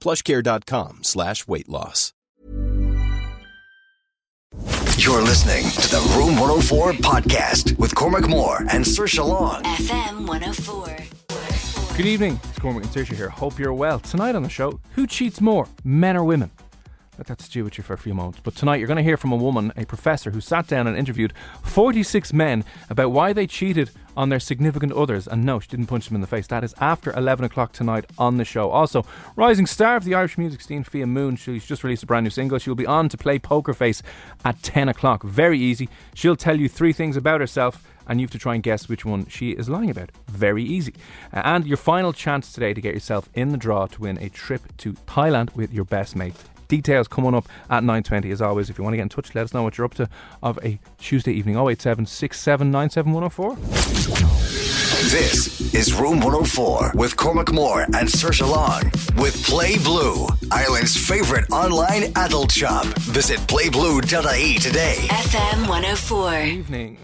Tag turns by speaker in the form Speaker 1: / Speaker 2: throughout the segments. Speaker 1: Plushcare.com slash weight loss.
Speaker 2: You're listening to the Room 104 podcast with Cormac Moore and Sir Long.
Speaker 3: FM 104.
Speaker 4: Good evening, it's Cormac and Saoirse here. Hope you're well. Tonight on the show, who cheats more, men or women? Let that stew with you for a few moments. But tonight, you're going to hear from a woman, a professor, who sat down and interviewed 46 men about why they cheated on their significant others. And no, she didn't punch them in the face. That is after 11 o'clock tonight on the show. Also, rising star of the Irish music scene, Fia Moon, she's just released a brand new single. She'll be on to play Poker Face at 10 o'clock. Very easy. She'll tell you three things about herself and you have to try and guess which one she is lying about. Very easy. Uh, And your final chance today to get yourself in the draw to win a trip to Thailand with your best mate. Details coming up at 9.20 as always. If you want to get in touch, let us know what you're up to of a Tuesday evening. 087
Speaker 2: This is Room 104 with Cormac Moore and Sir Long with Play Blue, Ireland's favorite online adult shop. Visit playblue.ie today.
Speaker 3: FM 104.
Speaker 4: Evening.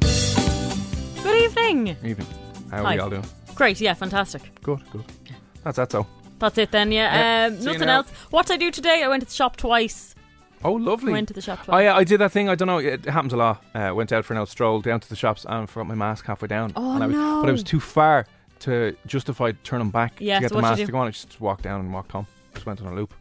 Speaker 5: Good evening.
Speaker 4: Evening. How are
Speaker 5: Hi.
Speaker 4: we all doing?
Speaker 5: Great, yeah, fantastic.
Speaker 4: Good, good. That's that so.
Speaker 5: That's it then,
Speaker 4: Yeah,
Speaker 5: yeah.
Speaker 4: see
Speaker 5: Um,
Speaker 4: you
Speaker 5: nothing
Speaker 4: now.
Speaker 5: else. What did I do today? I went to the shop twice.
Speaker 4: Oh, lovely.
Speaker 5: Went to the shop
Speaker 4: I,
Speaker 5: twice.
Speaker 4: I did that thing. I don't know. It happens a lot. Uh, went out for an old stroll down to the shops and forgot my mask halfway down.
Speaker 5: Oh,
Speaker 4: and I was,
Speaker 5: no.
Speaker 4: But I was too far to justify turning back
Speaker 5: Yeah,
Speaker 4: to get the
Speaker 5: so what did
Speaker 4: mask
Speaker 5: you
Speaker 4: to
Speaker 5: do?
Speaker 4: go on. I just walked down and walked home. Just went on a loop.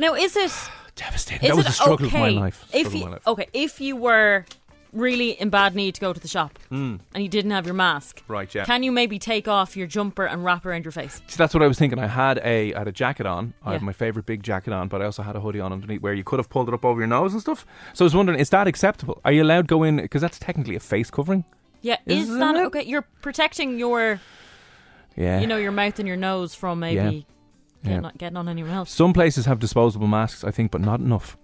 Speaker 5: Now, is it?
Speaker 4: Devastating.
Speaker 5: Is
Speaker 4: that was
Speaker 5: it
Speaker 4: the struggle
Speaker 5: okay
Speaker 4: of my life.
Speaker 5: If
Speaker 4: Struggle
Speaker 5: you, oh
Speaker 4: of my life.
Speaker 5: okay, if you were really in bad need to go to the shop and you didn't have your mask,
Speaker 4: Right, Hmm. yeah.
Speaker 5: Can you maybe take off your jumper and wrap around your face?
Speaker 4: See, that's what I was thinking. I had a I had a jacket on. I had
Speaker 5: Yeah.
Speaker 4: my favorite big jacket on, but I also had a hoodie on underneath where you could have pulled it up over your nose and stuff. So I was wondering, is that acceptable? Are you allowed to go in? Because that's technically a face covering.
Speaker 5: Yeah,
Speaker 4: Is
Speaker 5: is, that
Speaker 4: it?
Speaker 5: okay? You're protecting your,
Speaker 4: Yeah.
Speaker 5: you know, your mouth and your nose from maybe
Speaker 4: Yeah.
Speaker 5: Getting, on, getting on anyone else.
Speaker 4: Some places have disposable masks, I think, but not enough.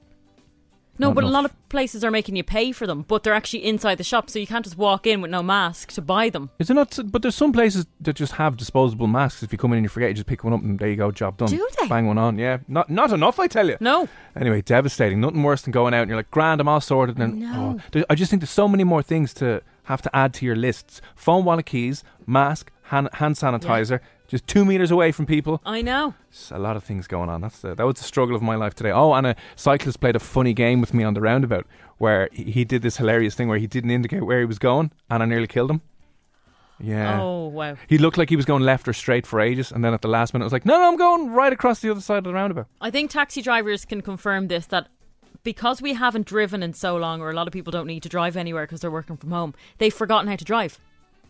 Speaker 5: No,
Speaker 4: Not
Speaker 5: but a lot
Speaker 4: enough.
Speaker 5: of places are making you pay for them, but they're actually inside the shop, so you can't just walk in with no mask to buy them.
Speaker 4: Is it not? But there's some places that just have disposable masks. If you come in and you forget, you just pick one up and there you go, job done.
Speaker 5: Do they?
Speaker 4: Bang one on, yeah. Not not enough, I tell you.
Speaker 5: No.
Speaker 4: Anyway, devastating. Nothing worse than going out and you're like, grand, I'm all sorted. And
Speaker 5: No.
Speaker 4: oh, there- I just think there's so many more things to have to add to your lists: phone, wallet, keys, mask, hand, hand sanitizer. Just two meters away from people.
Speaker 5: I know.
Speaker 4: It's a lot of things going on. That's the, that was the struggle of my life today. Oh, and a cyclist played a funny game with me on the roundabout where he he did this hilarious thing where he didn't indicate where he was going, and I nearly killed him. Yeah.
Speaker 5: Oh wow.
Speaker 4: He looked like he was going left or straight for ages, and then at the last minute, I was like, "No, no, I'm going right across the other side of the roundabout."
Speaker 5: I think taxi drivers can confirm this that because we haven't driven in so long, or a lot of people don't need to drive anywhere because they're working from home, they've forgotten how to drive.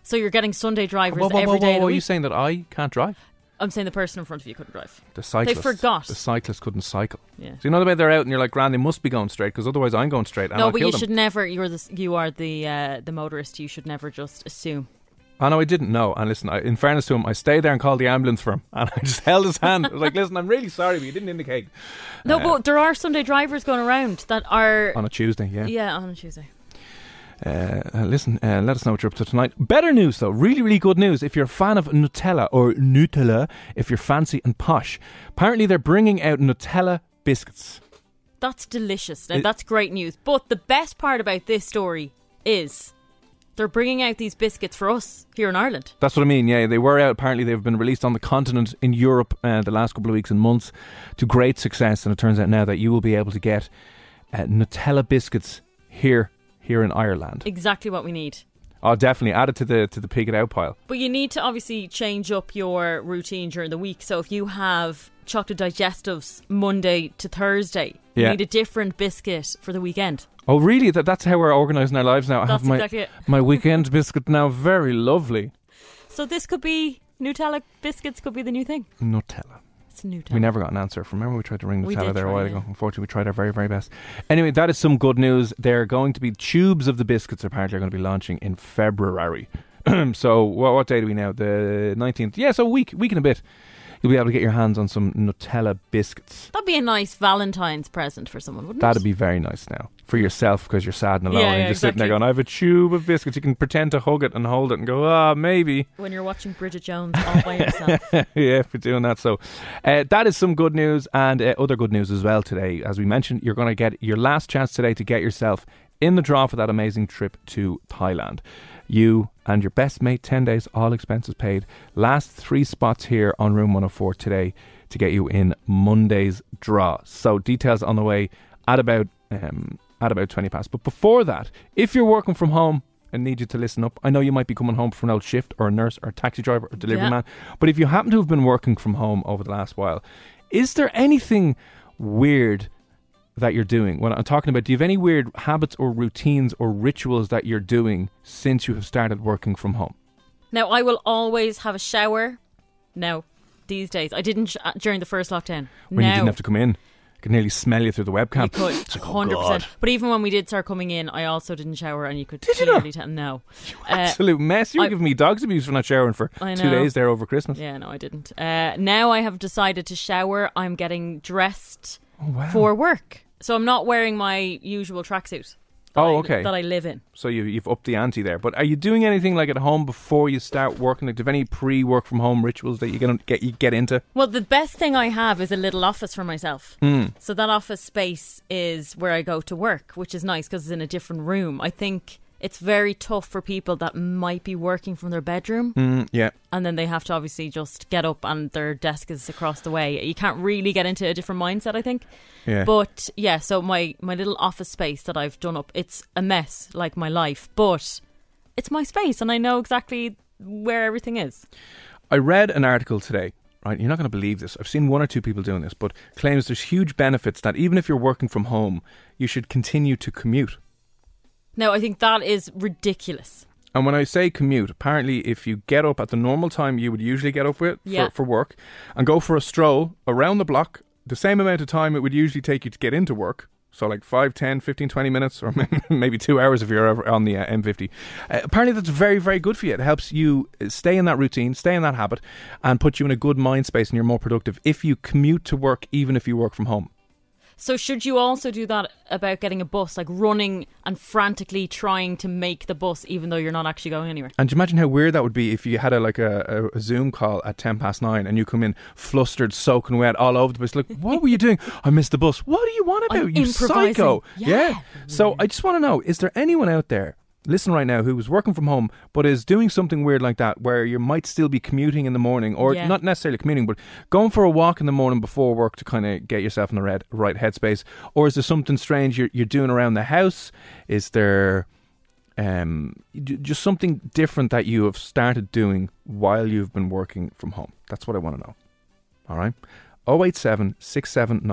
Speaker 5: So you're getting Sunday drivers
Speaker 4: Whoa, whoa, whoa,
Speaker 5: every day
Speaker 4: whoa,
Speaker 5: of the
Speaker 4: whoa, Are you
Speaker 5: week.
Speaker 4: saying that I can't drive?
Speaker 5: I'm saying the person in front of you couldn't drive.
Speaker 4: The cyclist.
Speaker 5: forgot.
Speaker 4: The cyclist couldn't cycle.
Speaker 5: Yeah.
Speaker 4: So you know the way they're out, and you're like, "Grand, they must be going straight because otherwise I'm going straight." And
Speaker 5: no,
Speaker 4: I'll
Speaker 5: but
Speaker 4: kill
Speaker 5: you
Speaker 4: them.
Speaker 5: should never. You're the you are the uh, the motorist. You should never just assume.
Speaker 4: I know Oh, I didn't know. And listen, I, in fairness to him, I stayed there and called the ambulance for him. And I just held his hand. I was like, listen, I'm really sorry, but you didn't indicate.
Speaker 5: No,
Speaker 4: Uh,
Speaker 5: but there are Sunday drivers going around that are
Speaker 4: On a Tuesday, yeah.
Speaker 5: yeah on a Tuesday.
Speaker 4: Uh, uh, listen, uh, let us know what you're up to tonight. Better news, though. Really, really good news. If you're a fan of Nutella or Nutella, if you're fancy and posh, apparently they're bringing out Nutella biscuits.
Speaker 5: That's delicious. Now,
Speaker 4: It-
Speaker 5: that's great news. But the best part about this story is they're bringing out these biscuits for us here in Ireland.
Speaker 4: That's what I mean. Yeah, they were out. Apparently, they've been released on the continent in Europe uh, the last couple of weeks and months to great success. And it turns out now that you will be able to get uh, Nutella biscuits here, here in Ireland.
Speaker 5: Exactly what we need.
Speaker 4: Oh, definitely add it to the to the pig it out pile.
Speaker 5: But you need to obviously change up your routine during the week. So if you have chocolate digestives Monday to Thursday,
Speaker 4: Yeah.
Speaker 5: you need a different biscuit for the weekend.
Speaker 4: Oh, really? That, that's how we're organising our lives now. I
Speaker 5: That's
Speaker 4: have my
Speaker 5: exactly it.
Speaker 4: my weekend biscuit now. Very lovely.
Speaker 5: So this could be Nutella biscuits could be the new thing.
Speaker 4: Nutella.
Speaker 5: It's Nutella.
Speaker 4: We never got an answer. Remember, we tried to ring
Speaker 5: We
Speaker 4: Nutella
Speaker 5: did
Speaker 4: there a
Speaker 5: try,
Speaker 4: while
Speaker 5: yeah.
Speaker 4: ago. Unfortunately, we tried our very, very best. Anyway, that is some good news. There are going to be tubes of the biscuits apparently are going to be launching in February. so, what, what day do we now? The 19th. Yeah, so a week, week and a bit. You'll be able to get your hands on some Nutella biscuits.
Speaker 5: That'd be a nice Valentine's present for someone, wouldn't
Speaker 4: That'd
Speaker 5: it?
Speaker 4: be very nice now for yourself because you're sad and alone
Speaker 5: Yeah,
Speaker 4: and
Speaker 5: yeah,
Speaker 4: you're just sitting there
Speaker 5: exactly.
Speaker 4: going, I have a tube of biscuits. You can pretend to hug it and hold it and go, ah, maybe.
Speaker 5: when you're watching Bridget Jones all by yourself.
Speaker 4: yeah, for doing that. So uh, that is some good news and uh, other good news as well today. As we mentioned, you're going to get your last chance today to get yourself in the draw for that amazing trip to Thailand. You and your best mate, 10 days, all expenses paid. Last three spots here on Room 104 today to get you in Monday's draw. So details on the way at about um, at about 20 past. But before that, if you're working from home and need you to listen up, I know you might be coming home from an old shift or a nurse or a taxi driver or delivery
Speaker 5: Yeah.
Speaker 4: man. But if you happen to have been working from home over the last while, is there anything weird that you're doing? When I'm talking about, do you have any weird habits or routines or rituals that you're doing since you have started working from home?
Speaker 5: Now I will always have a shower. Now, these days I didn't sh- uh, during the first lockdown.
Speaker 4: When
Speaker 5: now,
Speaker 4: you didn't have to come in, I could nearly smell you through the webcam.
Speaker 5: You could
Speaker 4: It's like, oh,
Speaker 5: hundred
Speaker 4: God.
Speaker 5: percent. But even when we did start coming in, I also didn't shower, and you could
Speaker 4: Did you
Speaker 5: clearly
Speaker 4: not?
Speaker 5: tell. No, Uh,
Speaker 4: Absolute mess. You were
Speaker 5: I-
Speaker 4: giving me dog's abuse for not showering for
Speaker 5: I
Speaker 4: two
Speaker 5: know.
Speaker 4: days there over Christmas.
Speaker 5: yeah, no, I didn't. Uh, now I have decided to shower. I'm getting dressed
Speaker 4: Oh, wow.
Speaker 5: for work, so I'm not wearing my usual tracksuit. that
Speaker 4: Oh,
Speaker 5: I-
Speaker 4: okay.
Speaker 5: That I live in.
Speaker 4: So you, you've upped the ante there. But are you doing anything like at home before you start working? Like, do you have any pre-work from home rituals that you're gonna get you get into?
Speaker 5: Well, the best thing I have is a little office for myself. So that office space is where I go to work, which is nice because it's in a different room. I think it's very tough for people that might be working from their bedroom
Speaker 4: Mm, yeah.
Speaker 5: and then they have to obviously just get up and their desk is across the way. You can't really get into a different mindset, I think.
Speaker 4: Yeah.
Speaker 5: But yeah, so my my little office space that I've done up, it's a mess like my life, but it's my space and I know exactly where everything is.
Speaker 4: I read an article today. Right, you're not going to believe this. I've seen one or two people doing this, but claims there's huge benefits that even if you're working from home, you should continue to commute.
Speaker 5: Now, I think that is ridiculous.
Speaker 4: And when I say commute, apparently if you get up at the normal time you would usually get up with
Speaker 5: Yeah.
Speaker 4: for, for work and go for a stroll around the block, the same amount of time it would usually take you to get into work. So like 5, 10, 15, 20 minutes or maybe 2 hours if you're ever on the uh, M50. Uh, apparently that's very very good for you. It helps you uh, stay in that routine, stay in that habit and put you in a good mind space and you're more productive if you commute to work even if you work from home.
Speaker 5: So should you also do that about getting a bus, like running and frantically trying to make the bus, even though you're not actually going anywhere?
Speaker 4: And do you imagine how weird that would be if you had a like a, a, a Zoom call at ten past nine and you come in flustered, soaking wet, all over the place? Like, what were you doing? I missed the bus. What do you want about?
Speaker 5: I'm
Speaker 4: you
Speaker 5: improvising.
Speaker 4: psycho!
Speaker 5: Yeah.
Speaker 4: So I just want to know: is there anyone out there? Listen right now, who is working from home but is doing something weird like that, where you might still be commuting in the morning, or
Speaker 5: Yeah.
Speaker 4: not necessarily commuting, but going for a walk in the morning before work to kind of get yourself in the red, right headspace, or is there something strange you're, you're doing around the house? Is there um, j- just something different that you have started doing while you've been working from home. That's what I want to know. All right. 087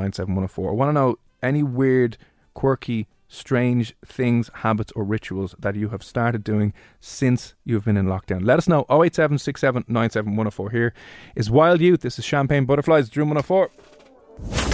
Speaker 4: I want to know any weird, quirky, strange things, habits, or rituals that you have started doing since you've been in lockdown. Let us know. 087 Here is Wild Youth. This is Champagne Butterflies, oh Drew 104.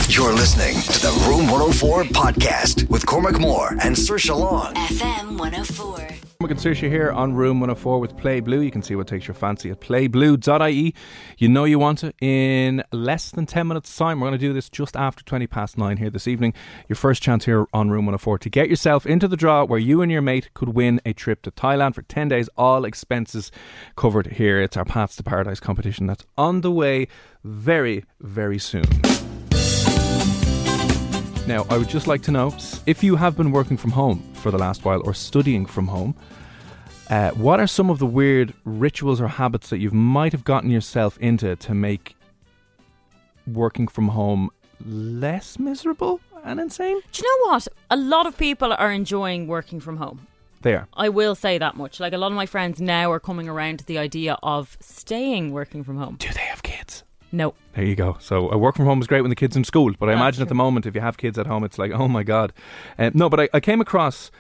Speaker 2: You're listening to the Room 104 podcast with Cormac Moore and Sir Long.
Speaker 3: FM 104.
Speaker 4: We can search you here on Room 104 with Play Blue. You can see what takes your fancy at playblue.ie. E. You know you want it in less than 10 minutes' time. We're going to do this just after 20 past 9 here this evening. Your first chance here on Room 104 to get yourself into the draw where you and your mate could win a trip to Thailand for 10 days, all expenses covered here. It's our Paths to Paradise competition that's on the way very, very soon. Now, I would just like to know s- if you have been working from home for the last while or studying from home, uh, what are some of the weird rituals or habits that you might have gotten yourself into to make working from home less miserable and insane?
Speaker 5: Do you know what? A lot of people are enjoying working from home.
Speaker 4: They are.
Speaker 5: I will say that much. Like a lot of my friends now are coming around to the idea of staying working from home.
Speaker 4: Do they have kids?
Speaker 5: No.
Speaker 4: There you go. So uh, work from home is great when the kids in school, but I
Speaker 5: That's
Speaker 4: imagine at
Speaker 5: true.
Speaker 4: the moment if you have kids at home, it's like oh my god. Um, no, but I, I came across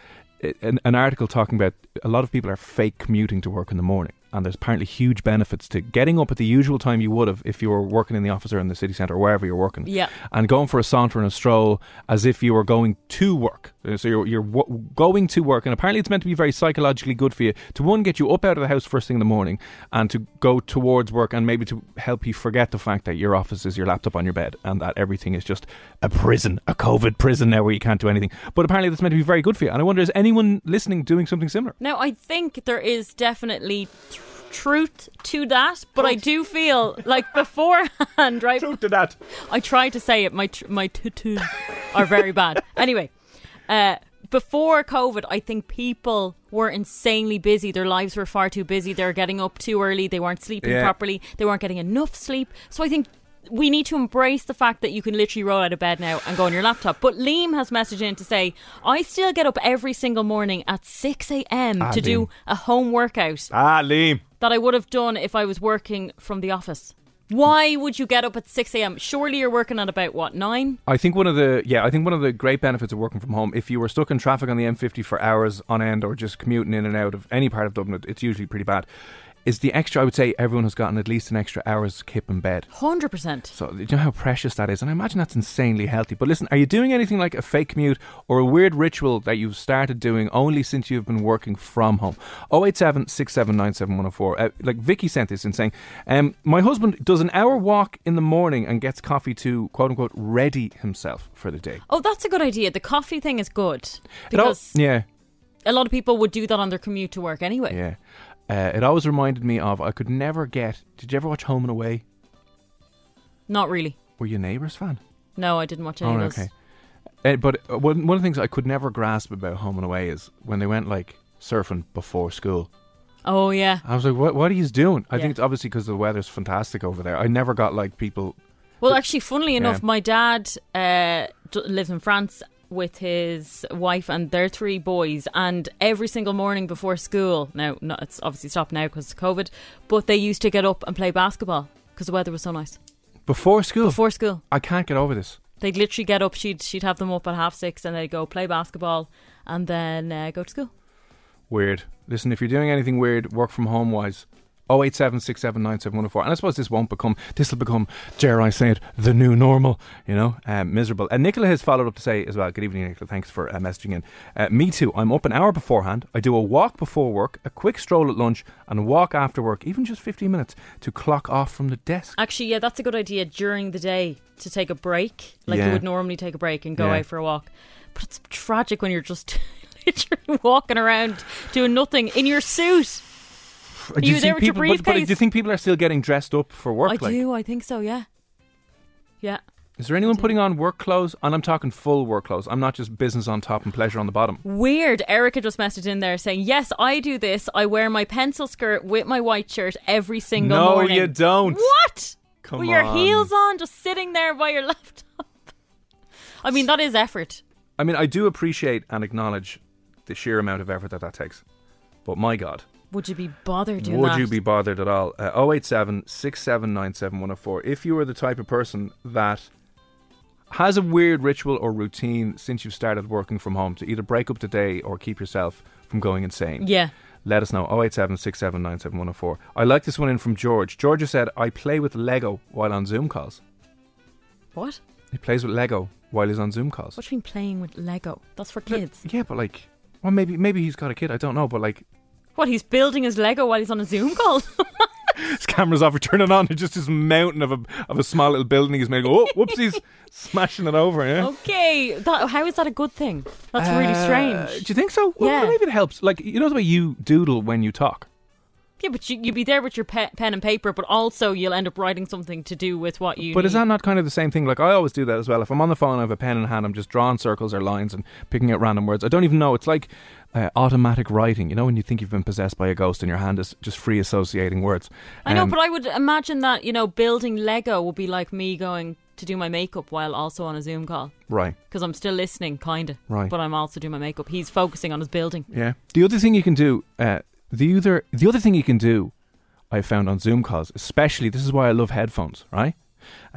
Speaker 4: i- an, an article talking about a lot of people are fake commuting to work in the morning, and there's apparently huge benefits to getting up at the usual time you would have if you were working in the office or in the city centre or wherever you're working.
Speaker 5: Yeah.
Speaker 4: and going for a saunter and a stroll as if you were going to work. Uh, So you're, you're w- going to work, and apparently it's meant to be very psychologically good for you to one, get you up out of the house first thing in the morning and to go towards work and maybe to help you forget the fact that your office is your laptop on your bed and that everything is just a prison, a COVID prison now where you can't do anything. But apparently that's meant to be very good for you. And I wonder, is anyone listening doing something similar?
Speaker 5: Now, I think there is definitely tr- truth to that, but I do feel like beforehand, right?
Speaker 4: to that.
Speaker 5: I try to say it. My tr- my tutus are very bad. Anyway, uh, before COVID, I think people were insanely busy. Their lives were far too busy. They were getting up too early. They weren't sleeping
Speaker 4: Yeah.
Speaker 5: properly. They weren't getting enough sleep. So I think. We need to embrace the fact that you can literally roll out of bed now and go on your laptop. But Liam has messaged in to say, I still get up every single morning at 6 a.m.
Speaker 4: Ah,
Speaker 5: to do
Speaker 4: Liam.
Speaker 5: a home workout
Speaker 4: Ah, Liam.
Speaker 5: that I would have done if I was working from the office. Why would you get up at 6 a.m.? Surely you're working at about what, 9?
Speaker 4: I think one of the yeah, I think one of the great benefits of working from home, if you were stuck in traffic on the M50 for hours on end, or just commuting in and out of any part of Dublin, it's usually pretty bad. Is the extra? I would say everyone has gotten at least an extra hour's kip in bed.
Speaker 5: 100%.
Speaker 4: So do you know how precious that is, and I imagine that's insanely healthy. But listen, are you doing anything like a fake commute or a weird ritual that you've started doing only since you've been working from home? 087 Uh, like Vicky sent this in saying, um, my husband does an hour walk in the morning and gets coffee to quote unquote ready himself for the day.
Speaker 5: Oh, that's a good idea. The coffee thing is good
Speaker 4: It al-
Speaker 5: because
Speaker 4: yeah,
Speaker 5: a lot of people would do that on their commute to work anyway.
Speaker 4: yeah. Uh, it always reminded me of I could never get. Did you ever watch Home and Away?
Speaker 5: Not really.
Speaker 4: Were you a Neighbours fan?
Speaker 5: No, I didn't watch any
Speaker 4: Oh,
Speaker 5: of those.
Speaker 4: okay. Uh, but uh, one, one of the things I could never grasp about Home and Away is when they went like surfing before school.
Speaker 5: Oh, yeah.
Speaker 4: I was like, what, what are you doing? I
Speaker 5: Yeah.
Speaker 4: think it's obviously because the weather's fantastic over there. I never got like people.
Speaker 5: Well, actually, funnily enough,
Speaker 4: Yeah.
Speaker 5: my dad uh, d- lives in France with his wife and their three boys, and every single morning before school. Now, no, it's obviously stopped now because of COVID, but they used to get up and play basketball because the weather was so nice
Speaker 4: Before school?
Speaker 5: before school.
Speaker 4: I can't get over this.
Speaker 5: They'd literally get up. She'd she'd have them up at half six, and they'd go play basketball, and then uh, go to school.
Speaker 4: Weird. Listen, if you're doing anything weird, work from home wise. 087 And I suppose this won't become, this will become, dare I say it, the new normal, you know, um, miserable. And Nicola has followed up to say as well, good evening, Nicola, thanks for uh, messaging in. Uh, me too, I'm up an hour beforehand. I do a walk before work, a quick stroll at lunch, and a walk after work, even just 15 minutes, to clock off from the desk.
Speaker 5: Actually, yeah, that's a good idea during the day to take a break, like
Speaker 4: Yeah.
Speaker 5: you would normally take a break and go
Speaker 4: Yeah.
Speaker 5: out for a walk. But it's tragic when you're just literally walking around doing nothing in your suit.
Speaker 4: Uh, do
Speaker 5: you
Speaker 4: think
Speaker 5: there with your
Speaker 4: people, but- But,
Speaker 5: briefcase?
Speaker 4: do you think people are still getting dressed up for work?
Speaker 5: I
Speaker 4: like?
Speaker 5: do, I think so, yeah. Yeah.
Speaker 4: Is there anyone putting on work clothes? And I'm talking full work clothes. I'm not just business on top and pleasure on the bottom.
Speaker 5: Weird. Erica just messaged in there saying, Yes, I do this. I wear my pencil skirt with my white shirt every single
Speaker 4: No,
Speaker 5: morning.
Speaker 4: you don't.
Speaker 5: What?
Speaker 4: Come
Speaker 5: with your
Speaker 4: on.
Speaker 5: heels on, just sitting there by your laptop. I mean, that is effort.
Speaker 4: I mean, I do appreciate and acknowledge the sheer amount of effort that that takes. But my God,
Speaker 5: Would you be bothered doing
Speaker 4: would
Speaker 5: that?
Speaker 4: you be bothered at all? Uh, 087 If you are the type of person that has a weird ritual or routine since you've started working from home to either break up the day or keep yourself from going insane.
Speaker 5: Yeah.
Speaker 4: Let us know 087 I like this one in from George. George has said, I play with Lego while on Zoom calls.
Speaker 5: What?
Speaker 4: He plays with Lego while he's on Zoom calls.
Speaker 5: What do you mean playing with Lego? That's for
Speaker 4: But-
Speaker 5: kids.
Speaker 4: Yeah, but like, well, maybe maybe he's got a kid. I don't know, but like,
Speaker 5: What, he's building his Lego while he's on a Zoom call?
Speaker 4: his camera's off, turn it on, and just this mountain of a of a small little building he's made. Go, oh, whoopsies, smashing it over. Yeah.
Speaker 5: okay. That, how is that a good thing? Oh, That's really
Speaker 4: Uh,
Speaker 5: strange.
Speaker 4: Do you think so? Well,
Speaker 5: Yeah.
Speaker 4: maybe it helps. Like, you know the way you doodle when you talk.
Speaker 5: Yeah, but you, you'd be there with your pe- pen and paper, but also you'll end up writing something to do with what you.
Speaker 4: But is
Speaker 5: need.
Speaker 4: that not kind of the same thing? Like, I always do that as well. If I'm on the phone, I have a pen in hand. I'm just drawing circles or lines and picking out random words. I don't even know. It's like uh, automatic writing. You know, when you think you've been possessed by a ghost and your hand is just free associating words.
Speaker 5: I know,
Speaker 4: Um,
Speaker 5: but I would imagine that you know building Lego would be like me going, to do my makeup while also on a Zoom call
Speaker 4: Right.
Speaker 5: because I'm still listening, kind of.
Speaker 4: Right.
Speaker 5: But I'm also doing my makeup. He's focusing on his building.
Speaker 4: Yeah. The other thing you can do, uh, the other the other thing you can do, I found on Zoom calls, especially this is why I love headphones, right?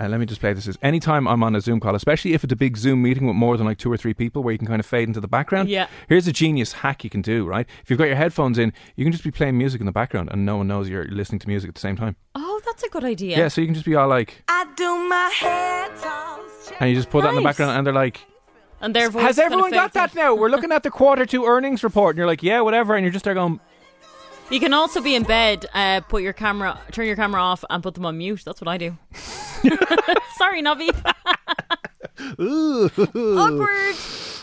Speaker 4: Uh, let me just play this. Is anytime I'm on a Zoom call, especially if it's a big Zoom meeting with more than like two or three people, where you can kind of fade into the background.
Speaker 5: Yeah.
Speaker 4: Here's a genius hack you can do, right? If you've got your headphones in, you can just be playing music in the background, and no one knows you're listening to music at the same time.
Speaker 5: Oh, that's a good idea.
Speaker 4: Yeah. so you can just be all like,
Speaker 6: I do my head toss.
Speaker 4: and you just put that in the
Speaker 5: Nice.
Speaker 4: background, and they're like,
Speaker 5: And their voice
Speaker 4: "Has
Speaker 5: kinda
Speaker 4: everyone got
Speaker 5: fades
Speaker 4: that now? We're looking at the quarter two earnings report," and you're like, "Yeah, whatever," and you're just there going,
Speaker 5: in. You can also be in bed. Uh, put your camera, turn your camera off, and put them on mute. That's what I do. Sorry, Navi. Awkward.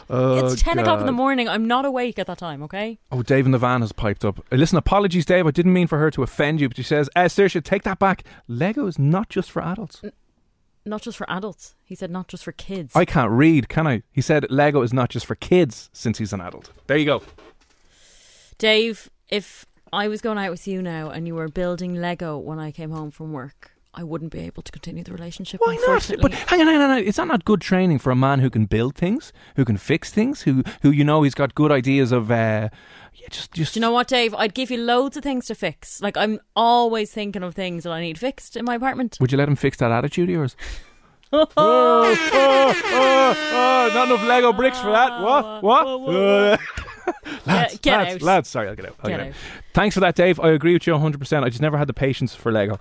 Speaker 4: oh,
Speaker 5: it's ten o'clock in
Speaker 4: God."
Speaker 5: the morning. I'm not awake at that time. Okay.
Speaker 4: Oh, Dave in the van has piped up. Uh, Listen, apologies, Dave. I didn't mean for her to offend you, but she says, uh, Saoirse, take that back. Lego is not just for adults.
Speaker 5: Not just for adults. He said not just for kids.
Speaker 4: I can't read, can I? He said Lego is not just for kids since he's an adult. There you go.
Speaker 5: Dave, if I was going out with you now and you were building Lego when I came home from work, I wouldn't be able to continue the relationship.
Speaker 4: Why not?
Speaker 5: unfortunately.
Speaker 4: But hang on, hang on, hang on. Is that not good training for a man who can build things, who can fix things, who who you know he's got good ideas of? Uh, yeah, just just.
Speaker 5: Do you know what, Dave? I'd give you loads of things to fix. Like I'm always thinking of things that I need fixed in my apartment.
Speaker 4: Would you let him fix that attitude of yours? oh, oh, oh, oh, not enough Lego bricks for that. What? What?
Speaker 5: Whoa, whoa,
Speaker 4: lads,
Speaker 5: Yeah, get
Speaker 4: lads,
Speaker 5: out.
Speaker 4: lads. Sorry, I'll get out. I'll
Speaker 5: Get
Speaker 4: get out.
Speaker 5: out.
Speaker 4: Thanks for that, Dave. I agree with you 100%. I just never had the patience for Lego.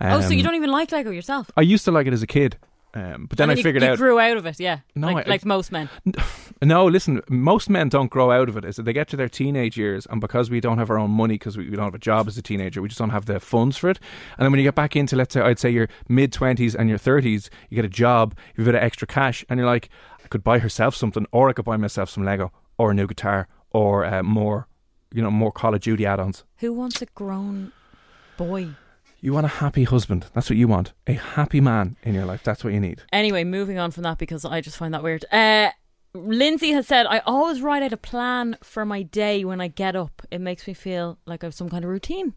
Speaker 5: oh, so you
Speaker 4: Um,
Speaker 5: don't even like Lego yourself?
Speaker 4: I used to like it as a kid, um, but then I
Speaker 5: And you-
Speaker 4: figured
Speaker 5: you
Speaker 4: out.
Speaker 5: grew out of it, yeah.
Speaker 4: No,
Speaker 5: like,
Speaker 4: I-
Speaker 5: like most men.
Speaker 4: No, listen, most men don't grow out of it. Is that they get to their teenage years, and because we don't have our own money, because we, we don't have a job as a teenager, we just don't have the funds for it. And then when you get back into, let's say, I'd say your mid 20s and your 30s, you get a job, you've got extra cash, and you're like, I could buy herself something, or I could buy myself some Lego, or a new guitar, or uh, more, you know, more Call of Duty add ons.
Speaker 5: Who wants a grown boy?
Speaker 4: You want a happy husband. That's what you want. A happy man in your life. That's what you need.
Speaker 5: Anyway, moving on from that because I just find that weird. Uh, Lindsay has said, I always write out a plan for my day when I get up. It makes me feel like I have some kind of routine.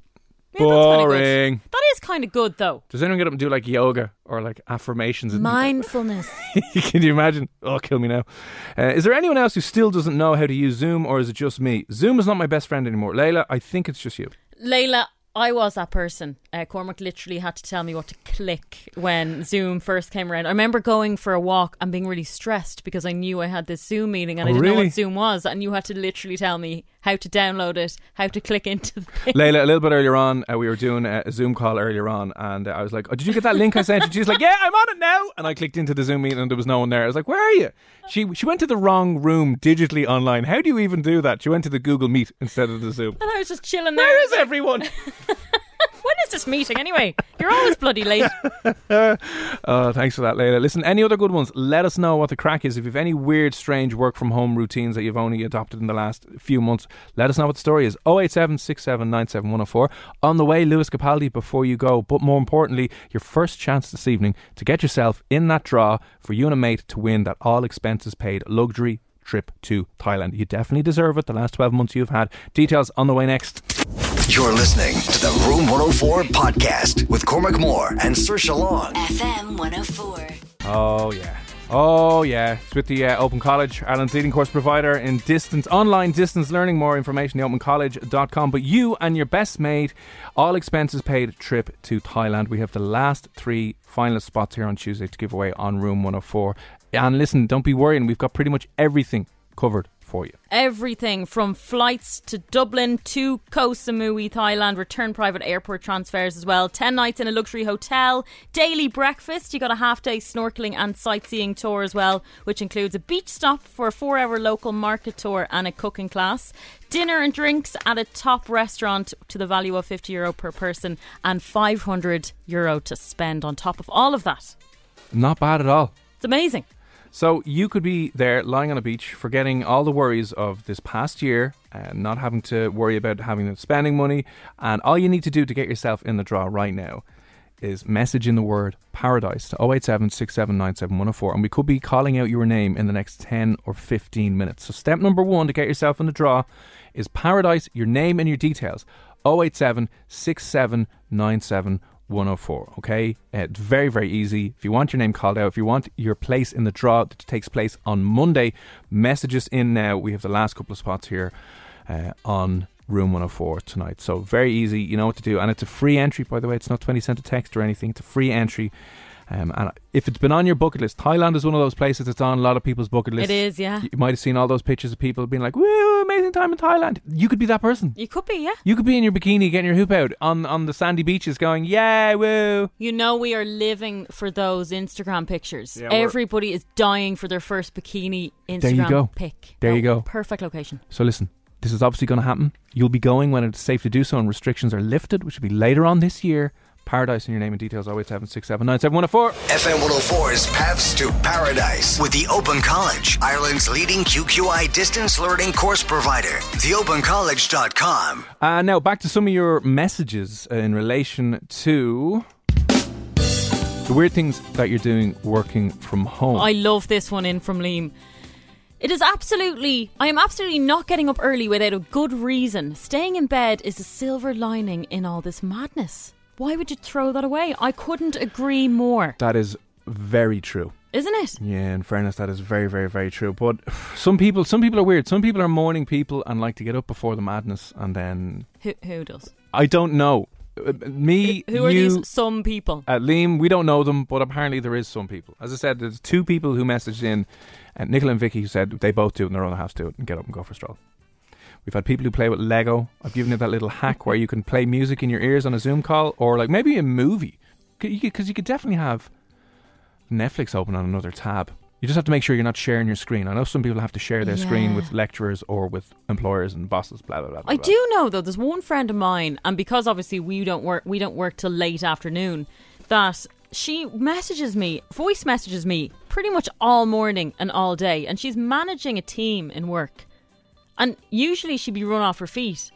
Speaker 5: Yeah, that's kinda good.
Speaker 4: Boring.
Speaker 5: That is kind of good, though.
Speaker 4: Does anyone get up and do like yoga or like affirmations? and-
Speaker 5: Mindfulness.
Speaker 4: Can you imagine? Oh, kill me now. Uh, is there anyone else who still doesn't know how to use Zoom or is it just me? Zoom is not my best friend anymore. Layla, I think it's just you.
Speaker 5: Layla, I was that person. Uh, Cormac literally had to tell me what to click when Zoom first came around. I remember going for a walk and being really stressed because I knew I had this Zoom meeting
Speaker 4: Oh,
Speaker 5: and I didn't know
Speaker 4: really?
Speaker 5: what Zoom was, and you had to literally tell me how to download it, how to click into the thing.
Speaker 4: Layla, a little bit earlier on, uh, we were doing a, a Zoom call earlier on and uh, I was like, oh, did you get that link I sent you? She's like, yeah, I'm on it now. And I clicked into the Zoom meeting and there was no one there. I was like, where are you? She, she went to the wrong room digitally online. How do you even do that? She went to the Google Meet instead of the Zoom.
Speaker 5: And I was just chilling there.
Speaker 4: Where is everyone?
Speaker 5: When is this meeting anyway? You're always bloody late.
Speaker 4: Oh, thanks for that, Layla. Listen, any other good ones? Let us know what the crack is. If you've any weird, strange work from home routines that you've only adopted in the last few months, let us know what the story is. 087 6797104. On the way, Lewis Capaldi before you go. But more importantly, your first chance this evening to get yourself in that draw for you and a mate to win that all expenses paid luxury trip to Thailand. You definitely deserve it. The last 12 months you've had. Details on the way next.
Speaker 2: You're listening to the Room 104 podcast with Cormac Moore and Sir Long.
Speaker 3: FM 104.
Speaker 4: Oh yeah. Oh yeah. It's with the uh, Open College, Ireland's leading course provider in distance online distance learning. More information at opencollege.com. But you and your best mate, all expenses paid trip to Thailand. We have the last three finalist spots here on Tuesday to give away on room 104. And listen, don't be worrying. We've got pretty much everything covered for you.
Speaker 5: Everything from flights to Dublin to Koh Samui, Thailand, return private airport transfers as well. 10 nights in a luxury hotel, daily breakfast. You got a half day snorkeling and sightseeing tour as well, which includes a beach stop for a four hour local market tour and a cooking class. Dinner and drinks at a top restaurant to the value of 50 euro per person and 500 euro to spend on top of all of that.
Speaker 4: Not bad at all.
Speaker 5: It's amazing.
Speaker 4: So you could be there lying on a beach, forgetting all the worries of this past year and not having to worry about having to spending money. And all you need to do to get yourself in the draw right now is message in the word paradise to 087 6797104 and we could be calling out your name in the next 10 or 15 minutes. So step number 1 to get yourself in the draw oh is paradise your name and your details 087 6797104. 104. Okay, Uh, it's very very easy. If you want your name called out, if you want your place in the draw that takes place on Monday, message us in now. We have the last couple of spots here uh, on Room 104 tonight. So very easy. You know what to do, and it's a free entry. By the way, it's not 20 cent a text or anything. It's a free entry. Um, and if it's been on your bucket list, Thailand is one of those places that's on a lot of people's bucket list.
Speaker 5: It is, yeah.
Speaker 4: You might have seen all those pictures of people being like, "Woo, amazing time in Thailand." You could be that person.
Speaker 5: You could be, yeah.
Speaker 4: You could be in your bikini getting your hoop out on, on the sandy beaches going, yeah, woo.
Speaker 5: You know, we are living for those Instagram pictures.
Speaker 4: Yeah, we're-
Speaker 5: Everybody is dying for their first bikini Instagram
Speaker 4: There you go.
Speaker 5: pic.
Speaker 4: There
Speaker 5: Oh,
Speaker 4: you go.
Speaker 5: Perfect location.
Speaker 4: So listen, this is obviously going to happen. You'll be going when it's safe to do so and restrictions are lifted, which will be later on this year. Paradise in your name and details, 0876797104.
Speaker 2: FM 104's Paths to Paradise with the Open College, Ireland's leading QQI distance learning course provider. TheOpenCollege.com.
Speaker 4: Uh, now, back to some of your messages uh, in relation to the weird things that you're doing working from home.
Speaker 5: I love this one in from Liam. It is absolutely, I am absolutely not getting up early without a good reason. Staying in bed is a silver lining in all this madness. Why would you throw that away? I couldn't agree more.
Speaker 4: that is very true.
Speaker 5: Isn't it?
Speaker 4: Yeah, in fairness, that is very, very, very true. But some people, some people are weird. Some people are morning people and like to get up before the madness, and then
Speaker 5: Who, who does?
Speaker 4: I don't know. Uh, Me,
Speaker 5: Who are
Speaker 4: you,
Speaker 5: these some people?
Speaker 4: uh, Liam, we don't know them, but apparently there is some people. As I said, there's two people who messaged in, and Nicola and Vicky, who said they both do it and their other halves do it and get up and go for a stroll. We've had people who play with Lego. I've given you that little hack where you can play music in your ears on a Zoom call, or like maybe a movie, because you could definitely have Netflix open on another tab. You just have to make sure you're not sharing your screen. I know some people have to share their screen
Speaker 5: Yeah.
Speaker 4: with lecturers or with employers and bosses. Blah blah blah. blah
Speaker 5: I
Speaker 4: blah.
Speaker 5: do know though. There's one friend of mine, and because obviously we don't work, we don't work till late afternoon. That she messages me, voice messages me, pretty much all morning and all day, and she's managing a team in work. And usually she'd be run off her feet.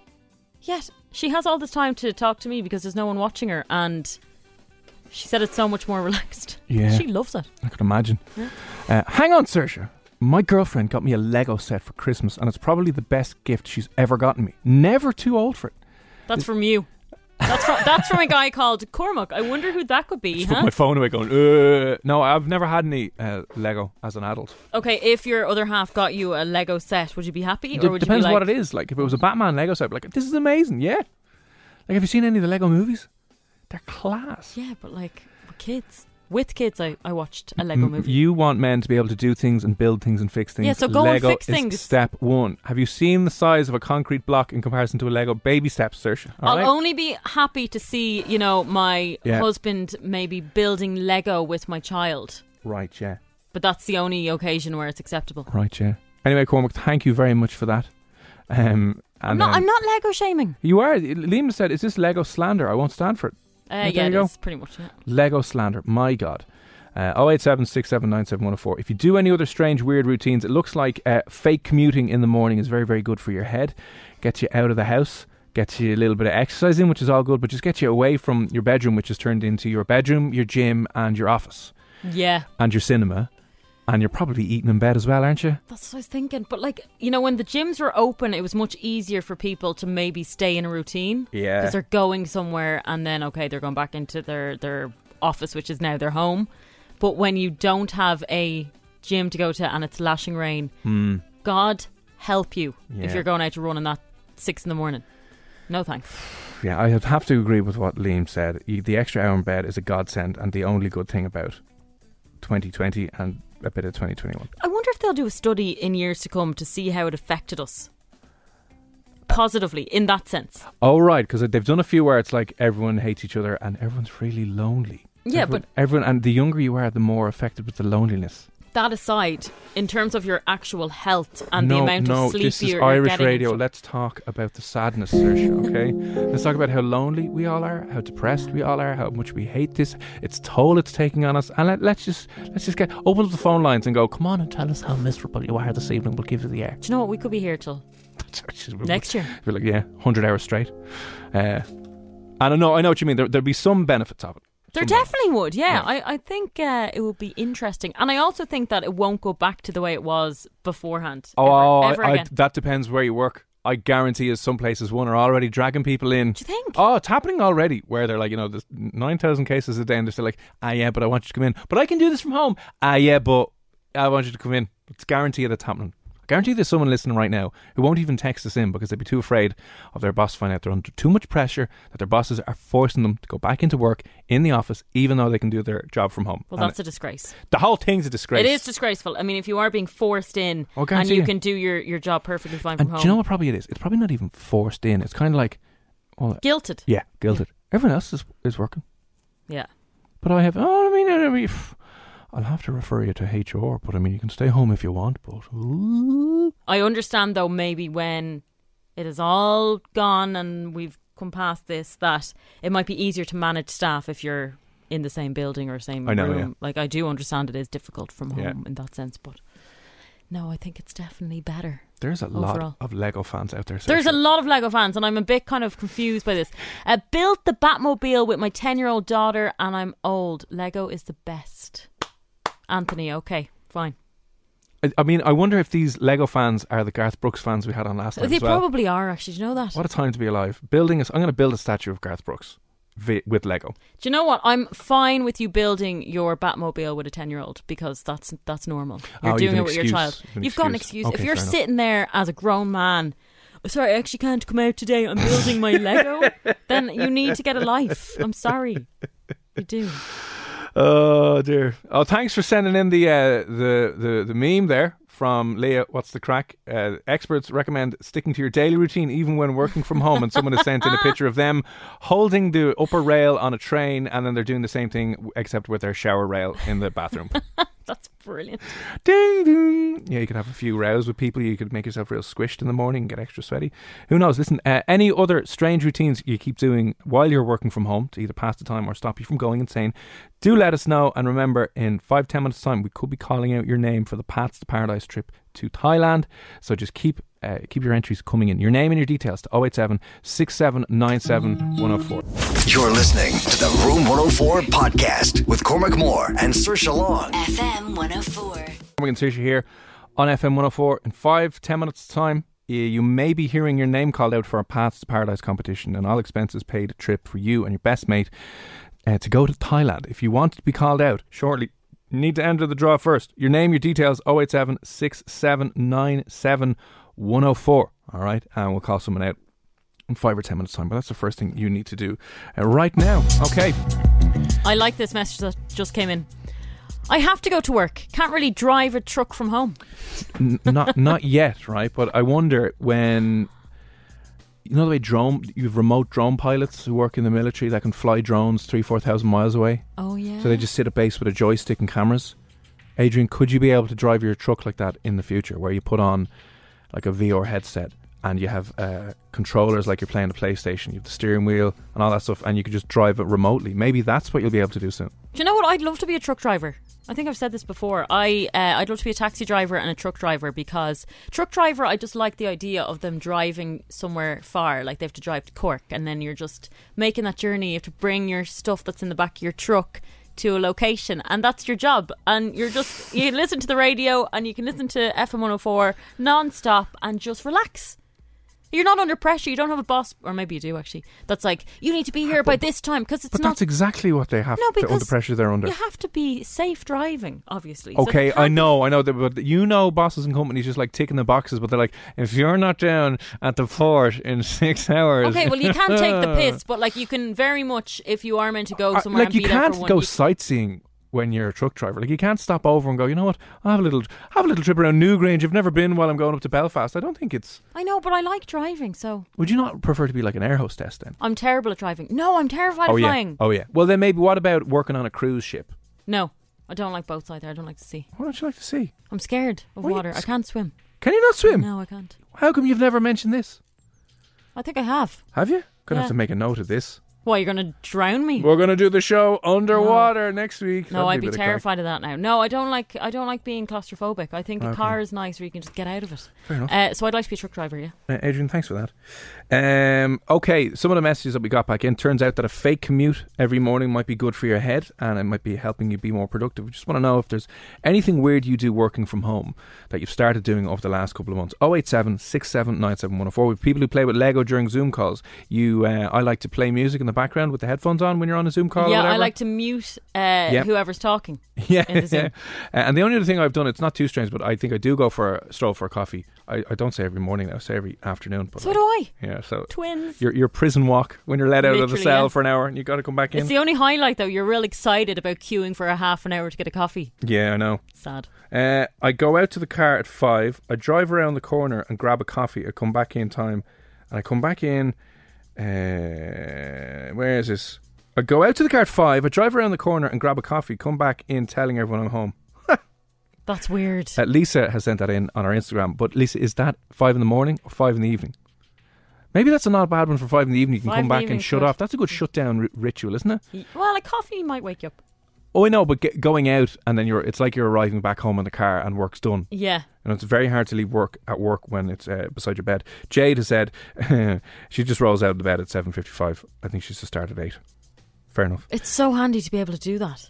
Speaker 5: Yet she has all this time to talk to me because there's no one watching her, and she said it's so much more relaxed.
Speaker 4: Yeah.
Speaker 5: she loves it.
Speaker 4: I could imagine. Uh, hang on, Sersha. My girlfriend got me a Lego set for Christmas, and it's probably the best gift she's ever gotten me. Never too old for it.
Speaker 5: That's from you. That's from, that's from a guy called Cormac. I wonder who that could be,
Speaker 4: Just
Speaker 5: huh?
Speaker 4: put my phone away, going, "Uh." no, I've never had any uh, Lego as an adult.
Speaker 5: Okay, if your other half got you a Lego set, would you be happy, or
Speaker 4: It
Speaker 5: would
Speaker 4: depends
Speaker 5: you be like,
Speaker 4: what it is. Like if it was a Batman Lego set, I'd be like this is amazing. Yeah. Like have you seen any of the Lego movies? They're class.
Speaker 5: Yeah, but like with kids, with kids, I, I watched a Lego
Speaker 4: Mm,
Speaker 5: movie.
Speaker 4: You want men to be able to do things and build things and fix things.
Speaker 5: Yeah, so go and
Speaker 4: Lego
Speaker 5: fix
Speaker 4: is
Speaker 5: things.
Speaker 4: Step one. Have you seen the size of a concrete block in comparison to a Lego? Baby steps, Sersha. All
Speaker 5: I'll
Speaker 4: right?
Speaker 5: only be happy to see, you know, my
Speaker 4: Yeah.
Speaker 5: husband maybe building Lego with my child,
Speaker 4: right, yeah.
Speaker 5: but that's the only occasion where it's acceptable.
Speaker 4: Right, yeah. Anyway, Cormac, thank you very much for that. Um, and
Speaker 5: I'm not,
Speaker 4: um,
Speaker 5: I'm not Lego shaming.
Speaker 4: You are. Liam said, "Is this Lego slander? I won't stand for it."
Speaker 5: Uh,
Speaker 4: there
Speaker 5: yeah,
Speaker 4: you
Speaker 5: it
Speaker 4: go.
Speaker 5: is pretty much. Yeah.
Speaker 4: Lego slander. My God. Oh eight seven six seven nine seven one zero four. If you do any other strange, weird routines, it looks like uh, fake commuting in the morning is very, very good for your head. Gets you out of the house. Gets you a little bit of exercise in, which is all good, but just gets you away from your bedroom, which is turned into your bedroom, your gym, and your office,
Speaker 5: yeah,
Speaker 4: and your cinema, and you're probably eating in bed as well, aren't you?
Speaker 5: that's what I was thinking. But like, you know, when the gyms were open, it was much easier for people to maybe stay in a routine.
Speaker 4: Yeah.
Speaker 5: because they're going somewhere and then okay they're going back into their their office which is now their home but when you don't have a gym to go to and it's lashing rain god help you
Speaker 4: Hmm. Yeah.
Speaker 5: if you're going out to run in that six in the morning no thanks
Speaker 4: Yeah, I have- have to agree with what Liam said. You- The extra hour in bed is a godsend and the only good thing about 2020 and a bit of 2021.
Speaker 5: i wonder if they'll do a study in years to come to see how it affected us positively in that sense
Speaker 4: Oh, right, because they've done a few where it's like everyone hates each other and everyone's really lonely.
Speaker 5: Yeah,
Speaker 4: Everyone-
Speaker 5: but-
Speaker 4: Everyone, and the younger you are, the more affected with the loneliness.
Speaker 5: that aside in terms of your actual health and the
Speaker 4: no,
Speaker 5: amount
Speaker 4: no,
Speaker 5: of sleep
Speaker 4: this is
Speaker 5: you're, you're
Speaker 4: Irish
Speaker 5: getting
Speaker 4: radio.
Speaker 5: from-
Speaker 4: Let's talk about the sadness, Saoirse, okay? Let's talk about how lonely we all are, how depressed we all are, how much we hate this. It's toll it's taking on us, and let, let's just let's just get open up the phone lines and go. Come on and tell us how miserable you are this evening. We'll give you the air.
Speaker 5: do you know what we could be here till next year
Speaker 4: We're like, yeah, hundred hours straight. Uh, and I know, I know what you mean. There, there'll be some benefits of it.
Speaker 5: There
Speaker 4: Some
Speaker 5: definitely would, yeah.
Speaker 4: Yeah.
Speaker 5: I, I think uh, it would be interesting. And I also think that it won't go back to the way it was beforehand.
Speaker 4: Oh,
Speaker 5: ever, ever
Speaker 4: I, I,
Speaker 5: again.
Speaker 4: that depends where you work. I guarantee is some places one are already dragging people in. Do
Speaker 5: you think?
Speaker 4: Oh, it's happening already. Where they're like, you know, there's nine thousand cases a day, and they're still like, ah, yeah, but I want you to come in. But I can do this from home. Ah, yeah, but I want you to come in. It's guaranteed that's happening. I guarantee there's someone listening right now who won't even text us in because they'd be too afraid of their boss finding out they're under too much pressure that their bosses are forcing them to go back into work in the office, even though they can do their job from home.
Speaker 5: Well,
Speaker 4: And
Speaker 5: that's a disgrace.
Speaker 4: the whole thing's a disgrace.
Speaker 5: It is disgraceful. I mean, if you are being forced in
Speaker 4: Oh,
Speaker 5: and
Speaker 4: guarantee
Speaker 5: you
Speaker 4: you.
Speaker 5: can do your, your job perfectly fine from
Speaker 4: And do
Speaker 5: home,
Speaker 4: you know what? Probably it is. It's probably not even forced in. It's kind of like, well,
Speaker 5: guilted.
Speaker 4: yeah, guilted. Everyone else is, is working,
Speaker 5: Yeah.
Speaker 4: but I have. Oh, I mean, I mean, pff, I'll have to refer you to HR. But I mean, you can stay home if you want. But ooh.
Speaker 5: I understand though maybe when it is all gone and we've come past this that it might be easier to manage staff if you're in the same building or same
Speaker 4: I know,
Speaker 5: room.
Speaker 4: yeah.
Speaker 5: Like I do understand it is difficult from home
Speaker 4: Yeah.
Speaker 5: in that sense, but no, I think it's definitely better.
Speaker 4: there's a lot
Speaker 5: Overall.
Speaker 4: of Lego fans out there.
Speaker 5: There's a
Speaker 4: Saoirse.
Speaker 5: lot of Lego fans, and I'm a bit kind of confused by this. I built the Batmobile with my 10 year old daughter, and I'm old. Lego is the best. Anthony, okay, fine.
Speaker 4: I, I mean, I wonder if these Lego fans are the Garth Brooks fans we had on last time
Speaker 5: they
Speaker 4: as well.
Speaker 5: probably are, actually. Do you know that?
Speaker 4: what a time to be alive! Building is. I'm going to build a statue of Garth Brooks vi- with Lego.
Speaker 5: Do you know what? I'm fine with you building your Batmobile with a ten-year-old because that's that's normal. You're
Speaker 4: Oh, you've
Speaker 5: doing
Speaker 4: an
Speaker 5: it with your
Speaker 4: excuse.
Speaker 5: child.
Speaker 4: You've an
Speaker 5: You've, got an
Speaker 4: excuse.
Speaker 5: excuse.
Speaker 4: Okay,
Speaker 5: if you're
Speaker 4: fair enough.
Speaker 5: sitting there as a grown man, "Oh, sorry, I actually can't come out today. I'm building my Lego. then you need to get a life. I'm sorry, you do.
Speaker 4: Oh dear! Oh, thanks for sending in the uh, the, the the meme there from Leah. What's the crack? Uh, experts recommend sticking to your daily routine even when working from home. And someone has sent in a picture of them holding the upper rail on a train, and then they're doing the same thing w- except with their shower rail in the bathroom.
Speaker 5: That's brilliant.
Speaker 4: ding ding! Yeah, you could have a few rows with people. You could make yourself real squished in the morning, and get extra sweaty. Who knows? Listen, uh, any other strange routines you keep doing while you're working from home to either pass the time or stop you from going insane, do let us know. And remember, in five ten minutes time, we could be calling out your name for the Pats to Paradise trip to Thailand. So just keep. Uh, keep your entries coming in. Your name and your details to 087 6797 104.
Speaker 2: You're listening to the Room 104 podcast with Cormac Moore and Sir Long.
Speaker 3: FM 104.
Speaker 4: We're going to see you here on FM 104 in five, ten minutes' time. y- You may be hearing your name called out for a Paths to Paradise competition, an all expenses paid trip for you and your best mate uh, to go to Thailand. If you want to be called out shortly, you need to enter the draw first. Your name, your details 087 6797 104. All right, and we'll call someone out in five or ten minutes' time. But that's the first thing you need to do uh, right now. Okay.
Speaker 5: I like this message that just came in. I have to go to work. Can't really drive a truck from home.
Speaker 4: N- not not yet, right? But I wonder when you know the way drone you've remote drone pilots who work in the military that can fly drones three four thousand miles away,
Speaker 5: Oh yeah.
Speaker 4: so they just sit at base with a joystick and cameras. Adrian, could you be able to drive your truck like that in the future, where you put on like a VR headset and you have uh, controllers like you're playing the PlayStation, you have the steering wheel and all that stuff, and you could just drive it remotely? Maybe that's what you'll be able to do soon.
Speaker 5: Do you know what? I'd love to be a truck driver. I think I've said this before. I uh, I'd love to be a taxi driver and a truck driver because truck driver, I just like the idea of them driving somewhere far, like they have to drive to Cork, and then you're just making that journey. You have to bring your stuff that's in the back of your truck to a location, and that's your job. And you're just you listen to the radio and you can listen to FM 104 non-stop and just relax. You're not under pressure. You don't have a boss, or maybe you do actually. That's like you need to be here by this time because it's
Speaker 4: But
Speaker 5: not
Speaker 4: that's exactly what they have.
Speaker 5: no,
Speaker 4: to-
Speaker 5: because
Speaker 4: under pressure they're under.
Speaker 5: You have to be safe driving, obviously. So
Speaker 4: Okay,
Speaker 5: there
Speaker 4: I
Speaker 5: can't be-
Speaker 4: know, I know that, but you know, bosses and companies just like ticking the boxes, but they're like, if you're not down at the port in six hours,
Speaker 5: Okay, well, you can take the piss, but like you can very much, if you are meant to go
Speaker 4: Uh,
Speaker 5: somewhere,
Speaker 4: like
Speaker 5: and
Speaker 4: you
Speaker 5: be
Speaker 4: can't
Speaker 5: there for one,
Speaker 4: go
Speaker 5: you-
Speaker 4: sightseeing when you're a truck driver. Like you can't stop over and go, you know what? I have a little, have a little trip around Newgrange. I've never been while I'm going up to Belfast. I don't think it's.
Speaker 5: I know, but I like driving, so
Speaker 4: Would you not prefer to be like an air hostess then?
Speaker 5: I'm terrible at driving. No, I'm terrified
Speaker 4: oh
Speaker 5: of
Speaker 4: yeah.
Speaker 5: flying.
Speaker 4: Oh yeah. Well, then maybe what about working on a cruise ship?
Speaker 5: No, I don't like boats either. I don't like the sea.
Speaker 4: What don't you like to see?
Speaker 5: I'm scared of
Speaker 4: What are you-
Speaker 5: water. I can't swim.
Speaker 4: Can you not swim?
Speaker 5: No, I can't.
Speaker 4: How come you've never mentioned this?
Speaker 5: I think I have.
Speaker 4: Have you? Gonna
Speaker 5: Yeah.
Speaker 4: have to make a note of this.
Speaker 5: What, you're going to drown me?
Speaker 4: We're gonna do the show underwater next week.
Speaker 5: no,
Speaker 4: That'd
Speaker 5: I'd
Speaker 4: a
Speaker 5: be
Speaker 4: bit of crack.
Speaker 5: terrified of that now. No, I don't like I don't like being claustrophobic. I think a car is nice where you can just get out of it. Fair
Speaker 4: enough.
Speaker 5: Uh, so I'd like to be a truck driver, yeah.
Speaker 4: Uh, Adrian, thanks for that. Um, okay, some of the messages that we got back in turns out that a fake commute every morning might be good for your head and it might be helping you be more productive. We just want to know if there's anything weird you do working from home that you've started doing over the last couple of months. 087 6797104. With oh people who play with Lego during Zoom calls, you, uh, I like to play music in the background with the headphones on when you're on a Zoom call. or
Speaker 5: yeah, I
Speaker 4: whatever.
Speaker 5: like to mute uh, whoever's talking.
Speaker 4: Yeah,
Speaker 5: in the Zoom.
Speaker 4: yeah. And the only other thing I've done, it's not too strange, but I think I do go for a stroll for a coffee. I, I don't say every morning, I say every afternoon. But
Speaker 5: So
Speaker 4: I-
Speaker 5: do I.
Speaker 4: Yeah, so
Speaker 5: Twins.
Speaker 4: your your prison walk when you're let out of the
Speaker 5: Literally,
Speaker 4: cell
Speaker 5: yeah.
Speaker 4: for an hour and you got to come back in.
Speaker 5: It's the only highlight though. You're real excited about queuing for a half an hour to get a coffee.
Speaker 4: yeah, I know.
Speaker 5: Sad.
Speaker 4: Uh, I go out to the car at five. I drive around the corner and grab a coffee. I come back in time, and I come back in. Uh, where is this? I go out to the car at five. I drive around the corner and grab a coffee. Come back in, telling everyone I'm home.
Speaker 5: That's weird.
Speaker 4: Uh, Lisa has sent that in on our Instagram. But Lisa, is that five in the morning or five in the evening? Maybe that's a not a bad one for five in the evening. You can
Speaker 5: Five in
Speaker 4: come
Speaker 5: the
Speaker 4: back and
Speaker 5: evening's
Speaker 4: shut
Speaker 5: good.
Speaker 4: off. That's a good shutdown r- ritual, isn't it?
Speaker 5: Y- well, a coffee might wake you up.
Speaker 4: Oh, I know, but get, going out and then you're it's like you're arriving back home in the car and work's done.
Speaker 5: Yeah.
Speaker 4: And it's very hard to leave work at work when it's uh, beside your bed. Jade has said she just rolls out of the bed at 7:55. I think she's to start at 8. Fair enough.
Speaker 5: It's so handy to be able to do that.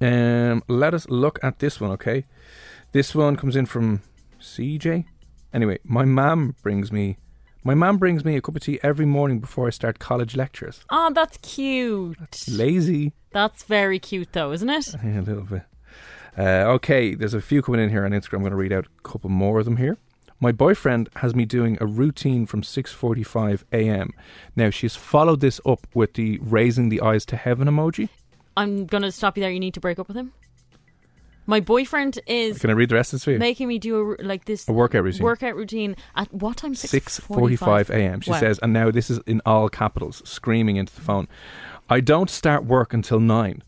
Speaker 4: Um, let us look at this one, okay? This one comes in from CJ. Anyway, my mum brings me my mum brings me a cup of tea every morning before I start college lectures.
Speaker 5: Oh, that's cute.
Speaker 4: Lazy.
Speaker 5: That's very cute though, isn't it?
Speaker 4: Yeah, a little bit. Uh, okay, there's a few coming in here on Instagram. I'm going to read out a couple more of them here. My boyfriend has me doing a routine from 6:45 a.m. Now she's followed this up with the raising the eyes to heaven emoji.
Speaker 5: I'm gonna stop you there. You need to break up with him. My boyfriend is
Speaker 4: Can I read the rest of this for you?
Speaker 5: making me do a, ru- like this
Speaker 4: A workout routine.
Speaker 5: Workout routine at what time?
Speaker 4: 6:45 a.m. She
Speaker 5: Wow. Mm.
Speaker 4: says, and now this is in all capitals, screaming into the phone. I don't start work until nine.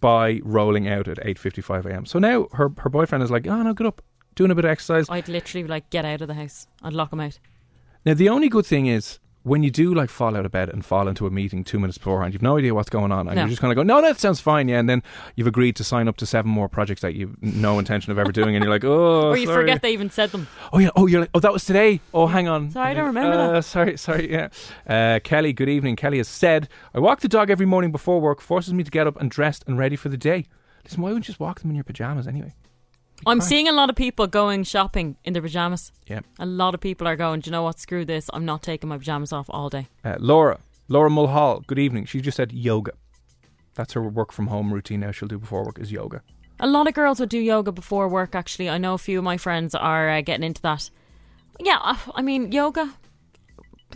Speaker 4: By rolling out at 8:55 a.m. So now her her boyfriend is like, oh no, get up, doing a bit of exercise.
Speaker 5: I'd literally like get out of the house. I'd lock him out.
Speaker 4: Now, the only good thing is when you do like fall out of bed and fall into a meeting two minutes beforehand, you've no idea what's going on, and
Speaker 5: No.
Speaker 4: you're just kind of go, "No, that sounds fine," yeah. And then you've agreed to sign up to seven more projects that you've no intention of ever doing, and you're like, "Oh,
Speaker 5: or you
Speaker 4: sorry.
Speaker 5: forget they even said them.
Speaker 4: Oh yeah. Oh, you're like, oh, that was today. Oh, hang on.
Speaker 5: Sorry, I
Speaker 4: And
Speaker 5: don't
Speaker 4: you're like,
Speaker 5: remember that.
Speaker 4: uh, Sorry, sorry. Yeah. Uh, Kelly, good evening. Kelly has said, "I walk the dog every morning before work. Forces me to get up and dressed and ready for the day." Listen, why wouldn't you just walk them in your pajamas anyway?
Speaker 5: I'm seeing a lot of people going shopping in their pajamas.
Speaker 4: Yeah.
Speaker 5: A lot of people are going. Do you know what? Screw this. I'm not taking my pajamas off all day.
Speaker 4: Uh, Laura, Laura Mulhall, good evening. She just said yoga. That's her work from home routine now she'll do before work is yoga.
Speaker 5: A lot of girls would do yoga before work. Actually, I know a few of my friends are uh, getting into that. Yeah, uh, I mean yoga.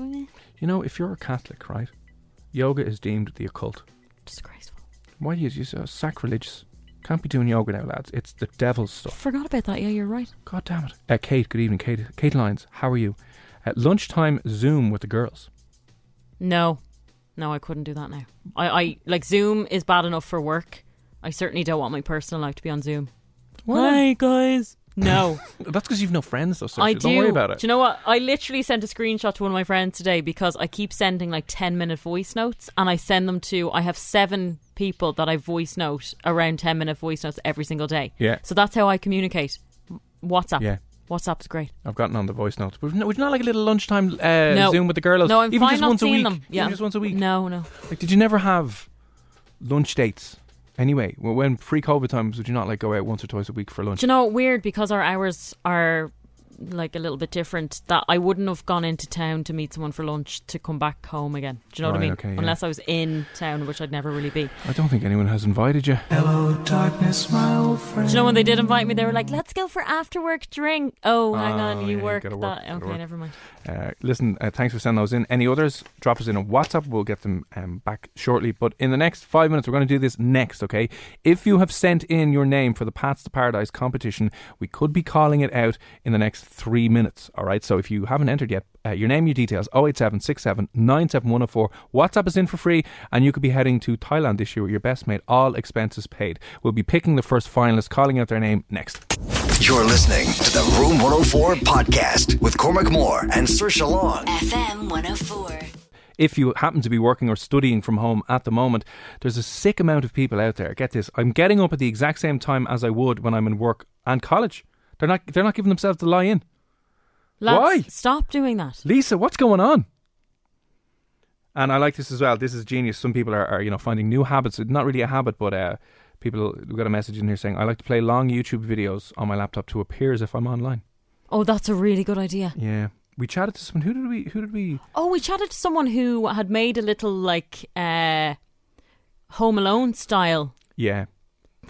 Speaker 5: eh,
Speaker 4: You know, if you're a Catholic, right, yoga is deemed the occult.
Speaker 5: Disgraceful.
Speaker 4: Why do you use so sacrilegious? Can't be doing yoga now, lads. It's the devil's stuff.
Speaker 5: Forgot about that. Yeah, you're right.
Speaker 4: God damn it. Uh, Kate, good evening, Kate. Kate Lyons, how are you? At lunchtime Zoom with the girls.
Speaker 5: No, no, I couldn't do that now. I, I like Zoom is bad enough for work. I certainly don't want my personal life to be on Zoom. Hi guys. No,
Speaker 4: That's because you've no friends, though. Saoirse.
Speaker 5: I do.
Speaker 4: Don't worry about it.
Speaker 5: Do you know what? I literally sent a screenshot to one of my friends today because I keep sending like ten minute voice notes, and I send them to. I have seven people that I voice note around ten minute voice notes every single day.
Speaker 4: Yeah.
Speaker 5: So that's how I communicate. WhatsApp.
Speaker 4: Yeah.
Speaker 5: WhatsApp's great.
Speaker 4: I've gotten on the voice notes. We've not, we've not like a little lunchtime uh,
Speaker 5: no.
Speaker 4: Zoom with the girls.
Speaker 5: No, I'm
Speaker 4: even
Speaker 5: fine
Speaker 4: just
Speaker 5: not
Speaker 4: once a
Speaker 5: seeing
Speaker 4: week.
Speaker 5: them. Yeah.
Speaker 4: Even just once a week.
Speaker 5: No, no.
Speaker 4: Like, did you never have lunch dates? Anyway, well, when pre-COVID times, would you not like go out once or twice a week for lunch?
Speaker 5: Do you know weird because our hours are like a little bit different that I wouldn't have gone into town to meet someone for lunch to come back home again. Do you know what I
Speaker 4: Right,
Speaker 5: mean?
Speaker 4: okay, yeah.
Speaker 5: Unless I was in town, which I'd never really be.
Speaker 4: I don't think anyone has invited you.
Speaker 5: Do you know when they did invite me, they were like, "Let's go for after work drink." Oh, hang
Speaker 4: Oh,
Speaker 5: on,
Speaker 4: yeah,
Speaker 5: you
Speaker 4: you
Speaker 5: work
Speaker 4: gotta
Speaker 5: that?
Speaker 4: work, gotta
Speaker 5: okay,
Speaker 4: work.
Speaker 5: never mind.
Speaker 4: Uh, listen, uh, thanks for sending those in. Any others, drop us in on WhatsApp. We'll get them um, back shortly. But in the next five minutes, we're going to do this next, okay? If you have sent in your name for the Paths to Paradise competition, we could be calling it out in the next three minutes, all right? So if you haven't entered yet, uh, your name, your details, 08767 97104. WhatsApp is in for free, and you could be heading to Thailand this year with your best mate, all expenses paid. We'll be picking the first finalist, calling out their name next.
Speaker 2: You're listening to the Room 104 podcast with Cormac Moore and Sir Long.
Speaker 3: FM 104.
Speaker 4: if you happen to be working or studying from home at the moment, there's a sick amount of people out there. Get this. I'm getting up at the exact same time as I would when I'm in work and college. They're not they're not giving themselves the lie in.
Speaker 5: Lads,
Speaker 4: Why?
Speaker 5: Stop doing that.
Speaker 4: Lisa, what's going on? And I like this as well. This is genius. Some people are, are you know, finding new habits. Not really a habit, but uh, people we got a message in here saying I like to play long YouTube videos on my laptop to appear as if I'm online.
Speaker 5: Oh, that's a really good idea.
Speaker 4: Yeah, we chatted to someone. Who did we? Who did we?
Speaker 5: Oh, we chatted to someone who had made a little like uh Home Alone style.
Speaker 4: Yeah,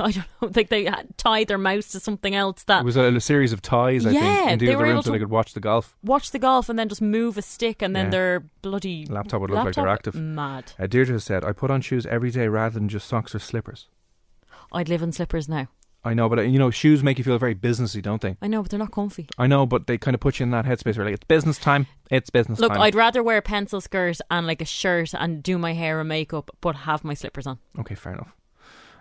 Speaker 5: I don't know. Like they had tied their mouse to something else that
Speaker 4: it was a, a series of ties. I
Speaker 5: Yeah,
Speaker 4: think in two
Speaker 5: they
Speaker 4: of the
Speaker 5: were
Speaker 4: rooms
Speaker 5: able
Speaker 4: so they
Speaker 5: to-
Speaker 4: could watch the golf.
Speaker 5: watch the golf and then just move a stick and then
Speaker 4: Yeah.
Speaker 5: their bloody
Speaker 4: Laptop would look like they're active.
Speaker 5: Mad.
Speaker 4: Uh, Deirdre said, "I put on shoes every day rather than just socks or slippers."
Speaker 5: I'd live in slippers now.
Speaker 4: I know, but uh, you know, shoes make you feel very businessy, don't they?
Speaker 5: I know, but they're not comfy.
Speaker 4: I know, but they kind of put you in that headspace where like it's business time. It's business
Speaker 5: Look,
Speaker 4: time.
Speaker 5: I'd rather wear a pencil skirt and like a shirt and do my hair and makeup, but have my slippers on.
Speaker 4: Okay, fair enough.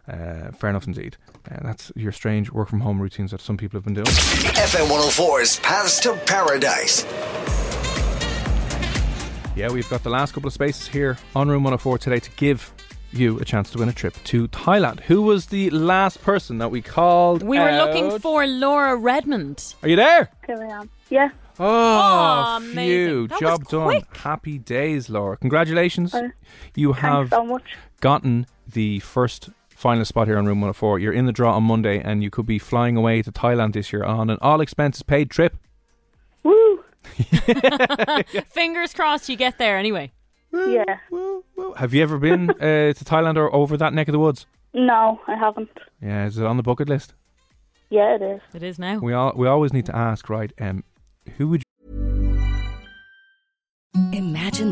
Speaker 4: Uh, fair enough indeed. Uh, that's your strange work from home routines that some people have been doing.
Speaker 2: FM 104's Paths to Paradise.
Speaker 4: Yeah, we've got the last couple of spaces here on Room 104 today to give you a chance to win a trip to Thailand. Who was the last person that we called?
Speaker 5: We were looking
Speaker 4: out?
Speaker 5: for Laura Redmond.
Speaker 4: Are you there?
Speaker 7: Here I am. Yeah,
Speaker 4: Oh,
Speaker 5: Aw,
Speaker 4: phew.
Speaker 5: amazing. That was
Speaker 4: Job done.
Speaker 5: quick.
Speaker 4: Happy days, Laura. Congratulations.
Speaker 7: Uh,
Speaker 4: you
Speaker 7: thanks
Speaker 4: have
Speaker 7: so much.
Speaker 4: gotten the first finalist spot here on Room 104. You're in the draw on Monday and you could be flying away to Thailand this year on an all expenses paid trip.
Speaker 7: Woo!
Speaker 5: Fingers crossed you get there anyway.
Speaker 7: Yeah.
Speaker 4: Have you ever been uh, to Thailand or over that neck of the woods?
Speaker 7: No, I haven't.
Speaker 4: Yeah, is it on the bucket list?
Speaker 7: Yeah, it is.
Speaker 5: It is now.
Speaker 4: We all we always need to ask, right? Um, who would
Speaker 8: Imagine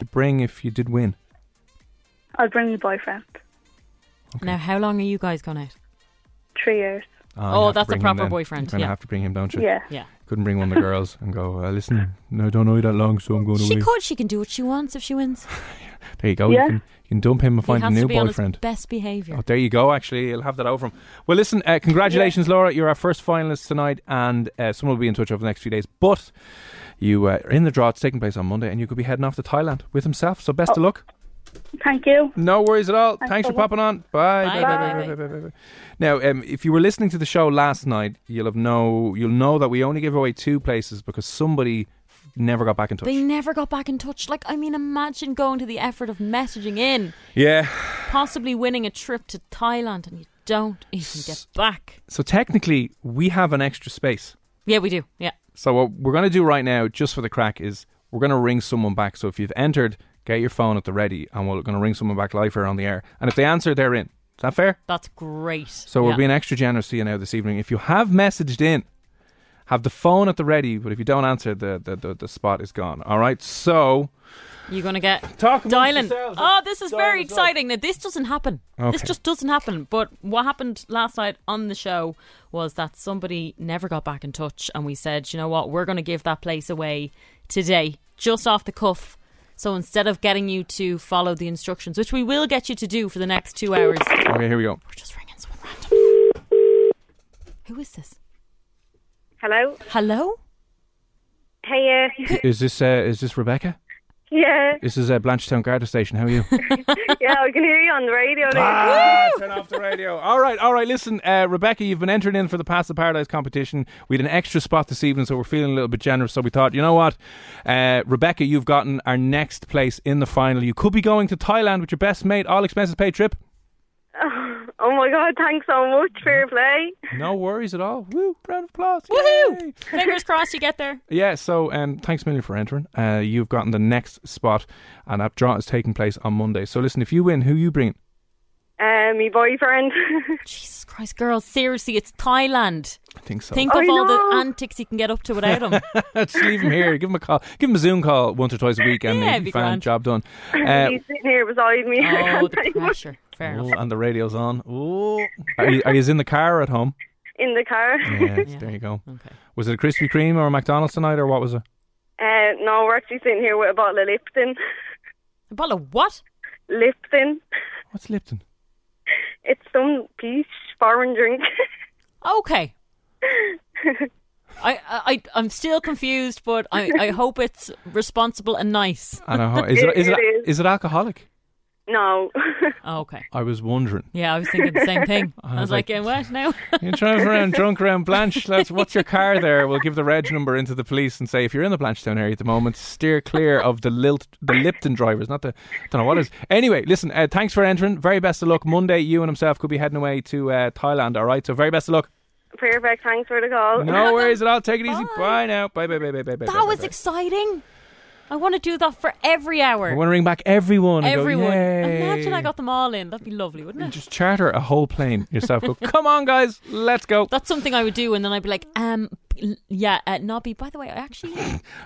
Speaker 4: you bring if you did win?
Speaker 7: I'll bring my boyfriend.
Speaker 5: Now, how long are you guys gone out?
Speaker 7: Three years.
Speaker 4: Ah, you
Speaker 5: Oh,
Speaker 4: have to
Speaker 5: that's a
Speaker 4: bring him
Speaker 5: proper
Speaker 4: then.
Speaker 5: boyfriend,
Speaker 4: You're gonna
Speaker 5: yeah.
Speaker 4: have to bring him, don't you?
Speaker 7: Yeah.
Speaker 5: Yeah.
Speaker 4: Couldn't bring one of the girls and go. Uh, Listen, no, I don't know you that long, so I'm going
Speaker 5: She
Speaker 4: away.
Speaker 5: could. She can do what she wants if she wins.
Speaker 4: There you go.
Speaker 7: Yeah.
Speaker 4: You, can, you can dump him and find
Speaker 5: he
Speaker 4: a
Speaker 5: has
Speaker 4: new
Speaker 5: to be on
Speaker 4: boyfriend.
Speaker 5: his best behaviour.
Speaker 4: Oh, there you go. Actually, he'll have that over him. Well, listen, uh, congratulations, Laura. You're our first finalist tonight, and uh, someone will be in touch over the next few days. But you uh, are in the draw. It's taking place on Monday, and you could be heading off to Thailand with himself. So best of luck.
Speaker 7: Thank you.
Speaker 4: No worries at all. Thanks, for
Speaker 7: so much.
Speaker 4: popping on. Bye.
Speaker 5: Bye,
Speaker 4: Bye.
Speaker 5: bye,
Speaker 4: Bye.
Speaker 5: bye,
Speaker 4: Bye. Bye. Bye. Now, um, if you were listening to the show last night, you'll have know you'll know that we only give away two places because somebody never got back in touch.
Speaker 5: They never got back in touch. Like, I mean, imagine going to the effort of messaging in,
Speaker 4: yeah.
Speaker 5: possibly winning a trip to Thailand, and you don't even get back.
Speaker 4: So technically, we have an extra space.
Speaker 5: Yeah, we do. Yeah.
Speaker 4: So what we're going to do right now, just for the crack, is we're going to ring someone back. So if you've entered, get your phone at the ready, and we're going to ring someone back live here on the air. And if they answer, they're in. Is that fair?
Speaker 5: That's great.
Speaker 4: So we're
Speaker 5: Yeah.
Speaker 4: being extra generous to you now this evening. If you have messaged in Have the phone at the ready, but if you don't answer, the the, the, the spot is gone. All right. So
Speaker 5: You're going to get
Speaker 4: Talk amongst
Speaker 5: dialing.
Speaker 4: yourselves.
Speaker 5: Oh, this is
Speaker 4: Dial
Speaker 5: very
Speaker 4: as well.
Speaker 5: exciting. Now, this doesn't happen. This
Speaker 4: Okay.
Speaker 5: just doesn't happen. But what happened last night on the show was that somebody never got back in touch, and we said, you know what, we're going to give that place away today, just off the cuff. So instead of getting you to follow the instructions, which we will get you to do for the next two hours,
Speaker 4: okay, here we go.
Speaker 5: who is this?
Speaker 7: Hello.
Speaker 5: Hello?
Speaker 7: Hey. Uh,
Speaker 4: Is this uh, is this Rebecca?
Speaker 7: yeah.
Speaker 4: This is uh, Blanchetown Garda Station. How are you?
Speaker 7: yeah, I can hear you on the radio. now.
Speaker 4: Ah, turn off the radio. All right, all right. Listen, uh, Rebecca, you've been entering in for the Pass the Paradise competition. We had an extra spot this evening, so we're feeling a little bit generous. So we thought, you know what, uh, Rebecca, you've gotten our next place in the final. You could be going to Thailand with your best mate, all expenses paid trip.
Speaker 7: Oh my god! Thanks so much. Fair play.
Speaker 4: No worries at all. Woo! Round of applause. Yay.
Speaker 5: Woohoo! Fingers crossed you get there.
Speaker 4: Yeah, so um, thanks a million for entering. Uh, you've gotten the next spot, and that draw is taking place on Monday. So listen, if you win, who you bring?
Speaker 7: Uh, my boyfriend.
Speaker 5: Jesus Christ, girls, seriously, it's Thailand.
Speaker 4: I think so.
Speaker 5: Think
Speaker 7: I
Speaker 5: of all the
Speaker 7: know.
Speaker 5: antics you can get up to without them.
Speaker 4: Just leave him here. Give him a call. Give him a Zoom call once or twice a week, and
Speaker 5: Yeah,
Speaker 4: he'll
Speaker 5: it'd
Speaker 4: be
Speaker 5: be
Speaker 4: fine.
Speaker 5: grand.
Speaker 4: Job done. Uh,
Speaker 7: He's sitting here beside me. I
Speaker 5: oh,
Speaker 7: can't
Speaker 5: the
Speaker 7: take much
Speaker 5: pressure. Fair
Speaker 4: ooh,
Speaker 5: enough.
Speaker 4: and the radio's on. Ooh. Are you, are you in the car or at home?
Speaker 7: in the car.
Speaker 4: Yes, there you go.
Speaker 5: Okay.
Speaker 4: Was it a Krispy Kreme or a McDonald's tonight, or what was it?
Speaker 7: Uh, no, we're actually sitting here with a bottle of Lipton.
Speaker 5: A bottle of what?
Speaker 7: Lipton.
Speaker 4: What's Lipton?
Speaker 7: It's some peach foreign drink.
Speaker 5: Okay. I, I I'm still confused, but I, I hope it's responsible and nice.
Speaker 4: I don't know. Is it, is, it,
Speaker 7: It
Speaker 4: is.
Speaker 7: is.
Speaker 4: it alcoholic?
Speaker 7: no.
Speaker 5: Oh, okay.
Speaker 4: I was wondering.
Speaker 5: Yeah, I was thinking the same thing. I was, like, "Eh, what now?
Speaker 4: You're driving around drunk around Blanche. Let's, what's your car there? We'll give the reg number into the police and say if you're in the Blanchetown area at the moment, steer clear of the Lilt, the Lipton drivers, not the don't know what it is. Anyway, listen. Uh, thanks for entering. Very best of luck. Monday, you and himself could be heading away to uh, Thailand. All right. So very best of luck.
Speaker 7: Perfect. Thanks for the call.
Speaker 4: No worries at all. Take it easy.
Speaker 5: Bye.
Speaker 4: Bye now. Bye bye bye bye bye. bye, bye,
Speaker 5: that was
Speaker 4: bye.
Speaker 5: exciting. I want to do that for every
Speaker 4: I
Speaker 5: hour.
Speaker 4: want to ring back everyone. and go,
Speaker 5: Everyone.
Speaker 4: "Yay."
Speaker 5: Imagine I got them all in. That'd be lovely, wouldn't it?
Speaker 4: just charter a whole plane yourself. Go. Come on, guys. Let's go.
Speaker 5: That's something I would do, and then I'd be like, um, l- yeah, uh, Nobby. By the way, I actually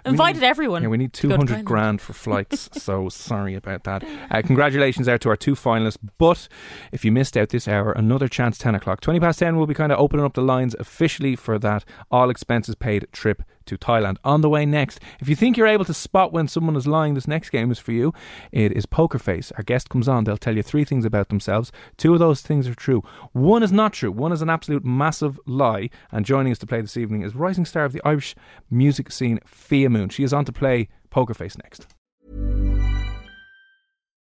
Speaker 5: invited everyone.
Speaker 4: Yeah, we need
Speaker 5: to go to
Speaker 4: 200
Speaker 5: Thailand.
Speaker 4: grand for flights, so sorry about that. Uh, congratulations out to our two finalists. But if you missed out this hour, another chance 10 o'clock. 20 past 10, we'll be kind of opening up the lines officially for that all expenses paid trip to Thailand. On the way next, if you think you're able to spot when someone is lying, this next game is for you. It is Poker Face. Our guest comes on, they'll tell you three things about themselves. Two of those things are true, one is not true, one is an absolute massive lie. And joining us to play this evening is rising star of the Irish music scene, Fia Moon. She is on to play Poker Face next.